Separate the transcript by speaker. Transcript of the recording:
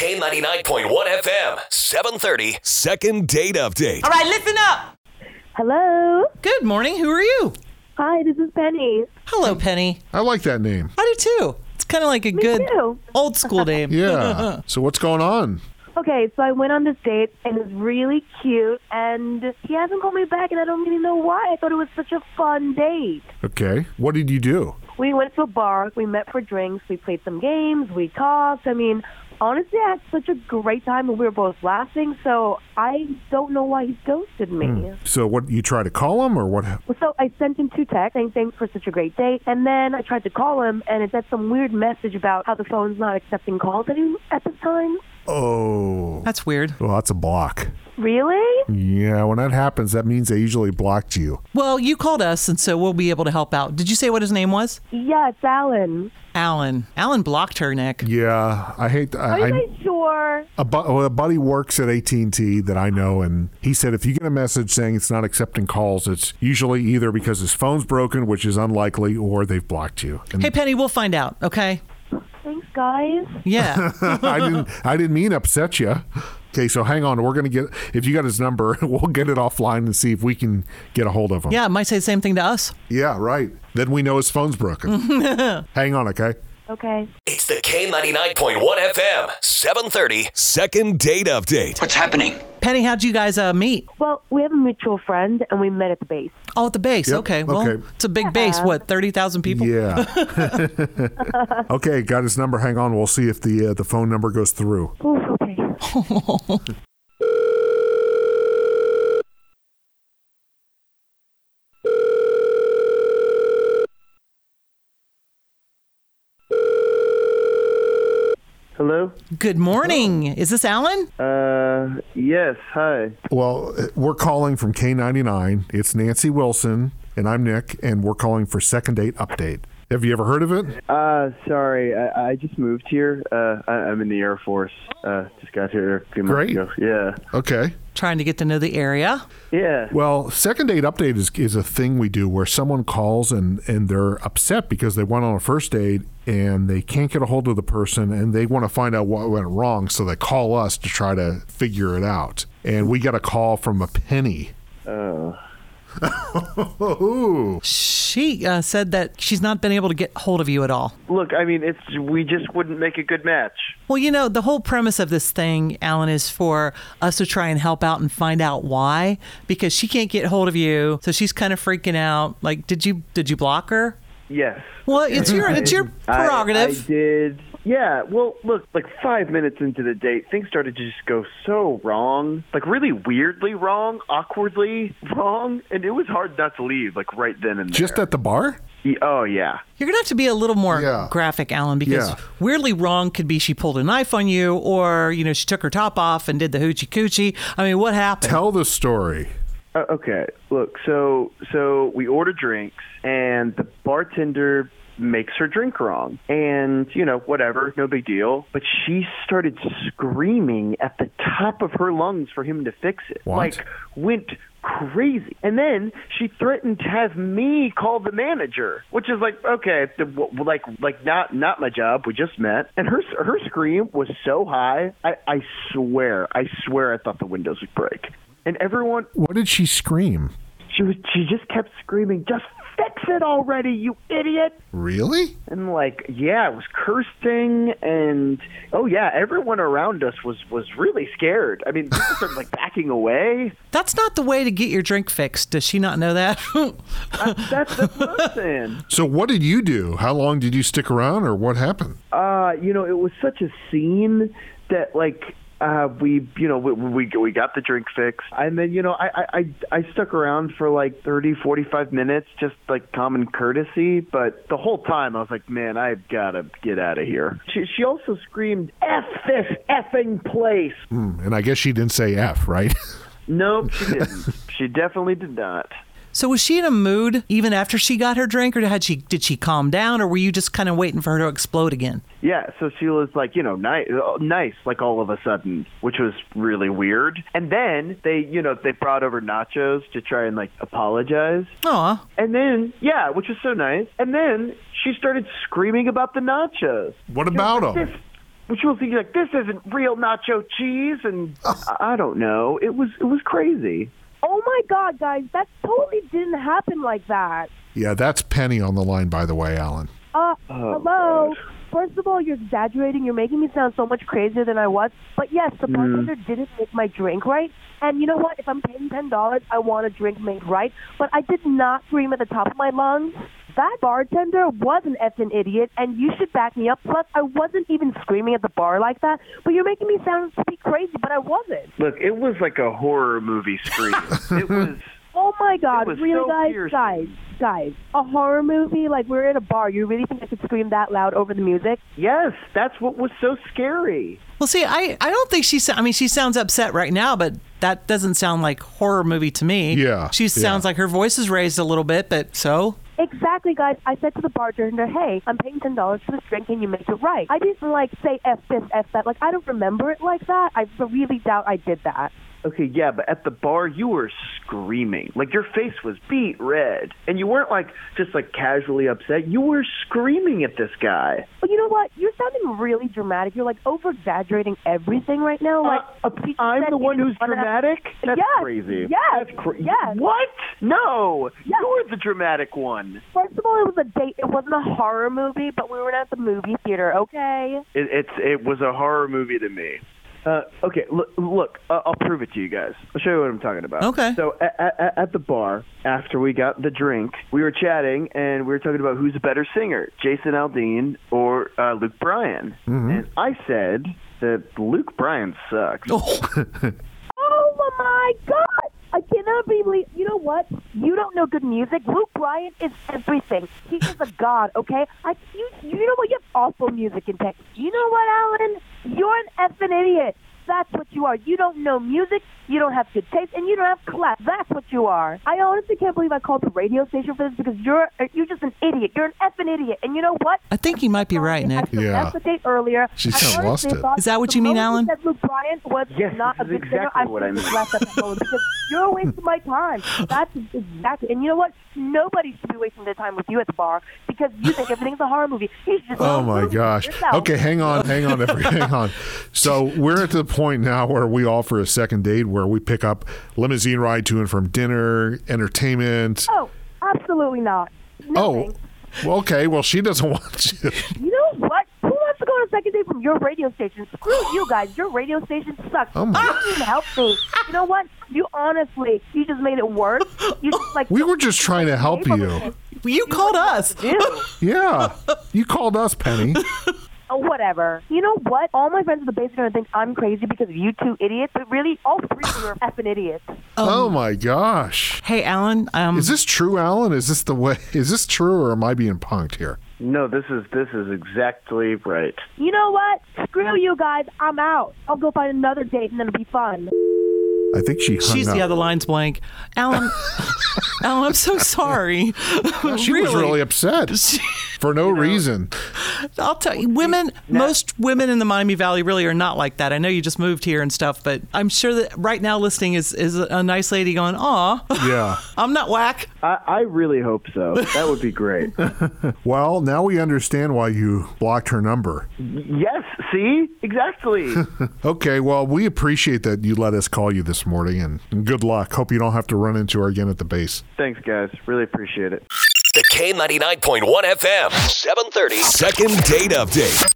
Speaker 1: K99.1 FM, 730.
Speaker 2: Second date update.
Speaker 3: All right, listen up.
Speaker 4: Hello.
Speaker 3: Good morning. Who are you?
Speaker 4: Hi, this is Penny.
Speaker 3: Hello, Penny.
Speaker 5: I like that name.
Speaker 3: I do too. It's kind of like a good
Speaker 4: too.
Speaker 3: old school name.
Speaker 5: Yeah. so what's going on?
Speaker 4: Okay, so I went on this date and it was really cute, and he hasn't called me back, and I don't really know why. I thought it was such a fun date.
Speaker 5: Okay. What did you do?
Speaker 4: We went to a bar, we met for drinks, we played some games, we talked. I mean, honestly, I had such a great time, and we were both laughing, so I don't know why he ghosted me.
Speaker 5: So what you try to call him or what?
Speaker 4: Well, So I sent him two texts saying thanks for such a great date, and then I tried to call him, and it said some weird message about how the phone's not accepting calls any at this time.
Speaker 5: Oh.
Speaker 3: That's weird.
Speaker 5: Well, that's a block.
Speaker 4: Really?
Speaker 5: Yeah, when that happens, that means they usually blocked you.
Speaker 3: Well, you called us, and so we'll be able to help out. Did you say what his name was?
Speaker 4: Yeah, it's Alan.
Speaker 3: Alan. Alan blocked her, Nick.
Speaker 5: Yeah, I hate. I,
Speaker 4: Are you
Speaker 5: I-
Speaker 4: guys sure?
Speaker 5: a, bu- well, a buddy works at AT and T that I know, and he said if you get a message saying it's not accepting calls, it's usually either because his phone's broken, which is unlikely, or they've blocked you. And
Speaker 3: Hey, Penny, we'll find out, okay?
Speaker 4: Thanks, guys.
Speaker 3: Yeah.
Speaker 5: I didn't. I didn't mean upset you. Okay, so hang on. We're gonna get. If you got his number, we'll get it offline and see if we can get a hold of him.
Speaker 3: yeah, it might say the same thing to us.
Speaker 5: Yeah, right. Then we know his phone's broken. hang on, okay.
Speaker 4: Okay.
Speaker 1: It's the K99.1 FM, 730.
Speaker 2: Second date update.
Speaker 6: What's happening?
Speaker 3: Penny, how'd you guys uh, meet?
Speaker 4: Well, we have a mutual friend, and we met at the base.
Speaker 3: Oh, at the base.
Speaker 5: Yep,
Speaker 3: Okay. Well,
Speaker 5: okay. Mm.
Speaker 3: it's a big base. What, 30,000 people?
Speaker 5: Yeah. okay, got his number. Hang on. We'll see if the uh, the phone number goes through.
Speaker 4: Ooh, okay.
Speaker 7: Hello?
Speaker 3: Good morning. Is this Alan?
Speaker 7: Uh, yes, hi.
Speaker 5: Well, uh, we're calling from K99. It's Nancy Wilson and I'm Nick, and we're calling for second date update. Have you ever heard of it?
Speaker 7: Uh, sorry, I, I just moved here. Uh, I, I'm in the Air Force. Uh, just got here a few months
Speaker 5: Great.
Speaker 7: ago. Yeah.
Speaker 5: Okay.
Speaker 3: Trying to get to know the area.
Speaker 7: Yeah.
Speaker 5: Well, second date update is, is a thing we do where someone calls and, and they're upset because they went on a first date and they can't get a hold of the person and they want to find out what went wrong. So they call us to try to figure it out. And we got a call from a penny. Oh.
Speaker 3: She uh, said that she's not been able to get hold of you at all.
Speaker 7: Look, I mean, it's we just wouldn't make a good match.
Speaker 3: Well, you know, the whole premise of this thing, Alan, is for us to try and help out and find out why because she can't get hold of you. So she's kind of freaking out. Like, did you did you block her?
Speaker 7: Yes.
Speaker 3: Well, it's your it's your
Speaker 7: I-
Speaker 3: prerogative.
Speaker 7: I, did. Yeah. Well, look, like five minutes into the date, things started to just go so wrong, like really weirdly wrong, awkwardly wrong, and it was hard not to leave, like right then and there.
Speaker 5: Just at the bar?
Speaker 7: Ye- oh yeah.
Speaker 3: You're going to have to be a little more
Speaker 5: Yeah.
Speaker 3: graphic, Alan, because
Speaker 5: Yeah.
Speaker 3: weirdly wrong could be she pulled a knife on you or, you know, she took her top off and did the hoochie coochie. I mean, what happened?
Speaker 5: Tell the story.
Speaker 7: Uh, okay. Look, so so we order drinks, and the bartender makes her drink wrong, and you know whatever, no big deal. But she started screaming at the top of her lungs for him to fix it.
Speaker 5: What?
Speaker 7: Like went crazy, and then she threatened to have me call the manager, which is like okay, the, w- like like not not my job. We just met, and her her scream was so high. I I swear, I swear, I thought the windows would break. And everyone
Speaker 5: What did she scream?
Speaker 7: she was she just kept screaming, "Just fix it already, you idiot!"
Speaker 5: Really?
Speaker 7: And like, yeah, it was cursing, and oh yeah, everyone around us was was really scared. I mean, people started like backing away.
Speaker 3: That's not the way to get your drink fixed. Does she not know that?
Speaker 7: That's that's what I'm saying.
Speaker 5: So, what did you do? How long did you stick around or what happened?
Speaker 7: Uh, you know, it was such a scene that like. Uh, we, you know, we, we we got the drink fixed, and then you know, I I I I stuck around for like thirty, forty-five minutes, just like common courtesy. But the whole time, I was like, man, I've got to get out of here. She she also screamed, "F this effing place!"
Speaker 5: And I guess she didn't say F, right?
Speaker 7: Nope, she didn't. she definitely did not.
Speaker 3: so was she in a mood even after she got her drink or had she did she calm down or were you just kind of waiting for her to explode again?
Speaker 7: Yeah, so she was like, you know, nice, nice, like all of a sudden, which was really weird. And then they, you know, they brought over nachos to try and like apologize.
Speaker 3: Aw.
Speaker 7: And then, yeah, which was so nice. And then she started screaming about the nachos.
Speaker 5: What about
Speaker 7: This
Speaker 5: him?
Speaker 7: But she was thinking like, "This isn't real nacho cheese," and I I don't know. It was it was crazy.
Speaker 4: Oh my God, guys, that totally didn't happen like that.
Speaker 5: Yeah, that's Penny on the line, by the way, Alan.
Speaker 4: Uh,
Speaker 7: Oh,
Speaker 4: hello. First of all, you're exaggerating. You're making me sound so much crazier than I was. But yes,
Speaker 7: Hmm.
Speaker 4: the bartender didn't make my drink right. And you know what? If I'm paying ten dollars, I want a drink made right. But I did not scream at the top of my lungs. That bartender was an effing idiot, and you should back me up. Plus, I wasn't even screaming at the bar like that. But you're making me sound to be crazy, but I wasn't.
Speaker 7: Look, it was like a horror movie scream. it was.
Speaker 4: Oh my God!
Speaker 7: was
Speaker 4: Really,
Speaker 7: so
Speaker 4: guys,
Speaker 7: piercing.
Speaker 4: guys, guys, a horror movie? Like we're in a bar. You really think I could scream that loud over the music?
Speaker 7: Yes, that's what was so scary.
Speaker 3: Well, see, I, I don't think she. sa- I mean, she sounds upset right now, but that doesn't sound like horror movie to me.
Speaker 5: Yeah,
Speaker 3: she sounds
Speaker 5: yeah.
Speaker 3: like her voice is raised a little bit, but so
Speaker 4: Exactly, guys. I said to the bartender, hey, I'm paying $10 for this drink. Can you make it right? I didn't, like, say F this, F that. Like, I don't remember it like that. I really doubt I did that.
Speaker 7: Okay, yeah, but at the bar you were screaming. Like your face was beat red. And you weren't like just like casually upset. You were screaming at this guy.
Speaker 4: But you know what? You're sounding really dramatic. You're, like, over-exaggerating everything right now. Like,
Speaker 7: Uh,
Speaker 4: you
Speaker 7: I'm
Speaker 4: said
Speaker 7: the
Speaker 4: you
Speaker 7: one
Speaker 4: didn't
Speaker 7: who's
Speaker 4: wanna have-
Speaker 7: dramatic. That's
Speaker 4: Yes,
Speaker 7: crazy.
Speaker 4: yes,
Speaker 7: That's crazy.
Speaker 4: yes.
Speaker 7: What? No.
Speaker 4: Yes.
Speaker 7: You're the dramatic one.
Speaker 4: First of all, it was a date. It wasn't a horror movie, but we were at the movie theater, okay?
Speaker 7: It, it's it was a horror movie to me. Uh, okay, look, look uh, I'll prove it to you guys. I'll show you what I'm talking about.
Speaker 3: Okay.
Speaker 7: So at, at, at the bar, after we got the drink, we were chatting and we were talking about who's a better singer, Jason Aldean or uh, Luke Bryan. And I said that Luke Bryan sucks.
Speaker 4: Oh, my God! I cannot believe. You know what? You don't know good music. Luke Bryan is everything. He is a god. Okay. I you you know what? You have awful music in Texas. You know what, Alan? You're an effing idiot. That's what you are. You don't know music. You don't have good taste, and you don't have class. That's what you are. I honestly can't believe I called the radio station for this because you're you're just an idiot. You're an effing idiot. And you know what?
Speaker 3: I think you might be right,
Speaker 4: I
Speaker 3: Nick.
Speaker 4: should
Speaker 5: Yeah.
Speaker 4: have left the date earlier.
Speaker 5: She
Speaker 4: I
Speaker 5: kinda lost
Speaker 4: honestly
Speaker 5: it.
Speaker 4: thought
Speaker 3: Is that what
Speaker 4: the
Speaker 3: you mean,
Speaker 4: moment
Speaker 3: Alan?
Speaker 4: That Luke Bryan was
Speaker 7: Yes,
Speaker 4: not
Speaker 7: this
Speaker 4: a
Speaker 7: is
Speaker 4: good singer.
Speaker 7: exactly what I
Speaker 4: should have
Speaker 7: meant.
Speaker 4: left at that moment because you're wasting my time. That's exactly. And you know what? Nobody should be wasting their time with you at the bar because you think everything's a horror movie. You should just
Speaker 5: Oh
Speaker 4: love
Speaker 5: my
Speaker 4: movies
Speaker 5: gosh.
Speaker 4: yourself.
Speaker 5: Okay, hang on, hang on, every, hang on. So we're at the point now where we offer a second date where we pick up limousine ride to and from dinner, entertainment.
Speaker 4: Oh, absolutely not. No,
Speaker 5: Oh,
Speaker 4: thanks.
Speaker 5: well, okay. Well, she doesn't want you.
Speaker 4: You know what? Who wants to go on a second date from your radio station? Screw you guys. Your radio station sucks.
Speaker 5: Oh my-
Speaker 4: You didn't even help me. You know what? You honestly, you just made it worse. You just like
Speaker 5: We were just trying to help you.
Speaker 3: you called us.
Speaker 4: do.
Speaker 5: Yeah. You called us, Penny.
Speaker 3: Um,
Speaker 4: Oh, whatever. You know what? All my friends at the base are going to think I'm crazy because of you two idiots, but really, all three of you are effing idiots.
Speaker 5: Oh my gosh.
Speaker 3: Hey, Alan. Um,
Speaker 5: Is this true, Alan? Is this the way? Is this true, or am I being punked here?
Speaker 7: No, this is this is exactly right.
Speaker 4: You know what? Screw you guys. I'm out. I'll go find another date and it'll be fun.
Speaker 5: I think she hung
Speaker 3: she's
Speaker 5: up.
Speaker 3: the other line's blank. Alan, Alan, I'm so sorry.
Speaker 5: She was really upset for no reason.
Speaker 3: I'll tell you, women, most women in the Miami Valley really are not like that. I know you just moved here and stuff, but I'm sure that right now listening is, is a nice lady going, aw,
Speaker 5: Yeah.
Speaker 3: I'm not whack.
Speaker 7: I, I really hope so. That would be great.
Speaker 5: Well, now we understand why you blocked her number.
Speaker 7: yes, see? Exactly.
Speaker 5: Okay, well, we appreciate that you let us call you this morning and and good luck. Hope you don't have to run into her again at the base.
Speaker 7: Thanks guys. Really appreciate it.
Speaker 1: The K99.1 FM, 730.
Speaker 2: Second date update.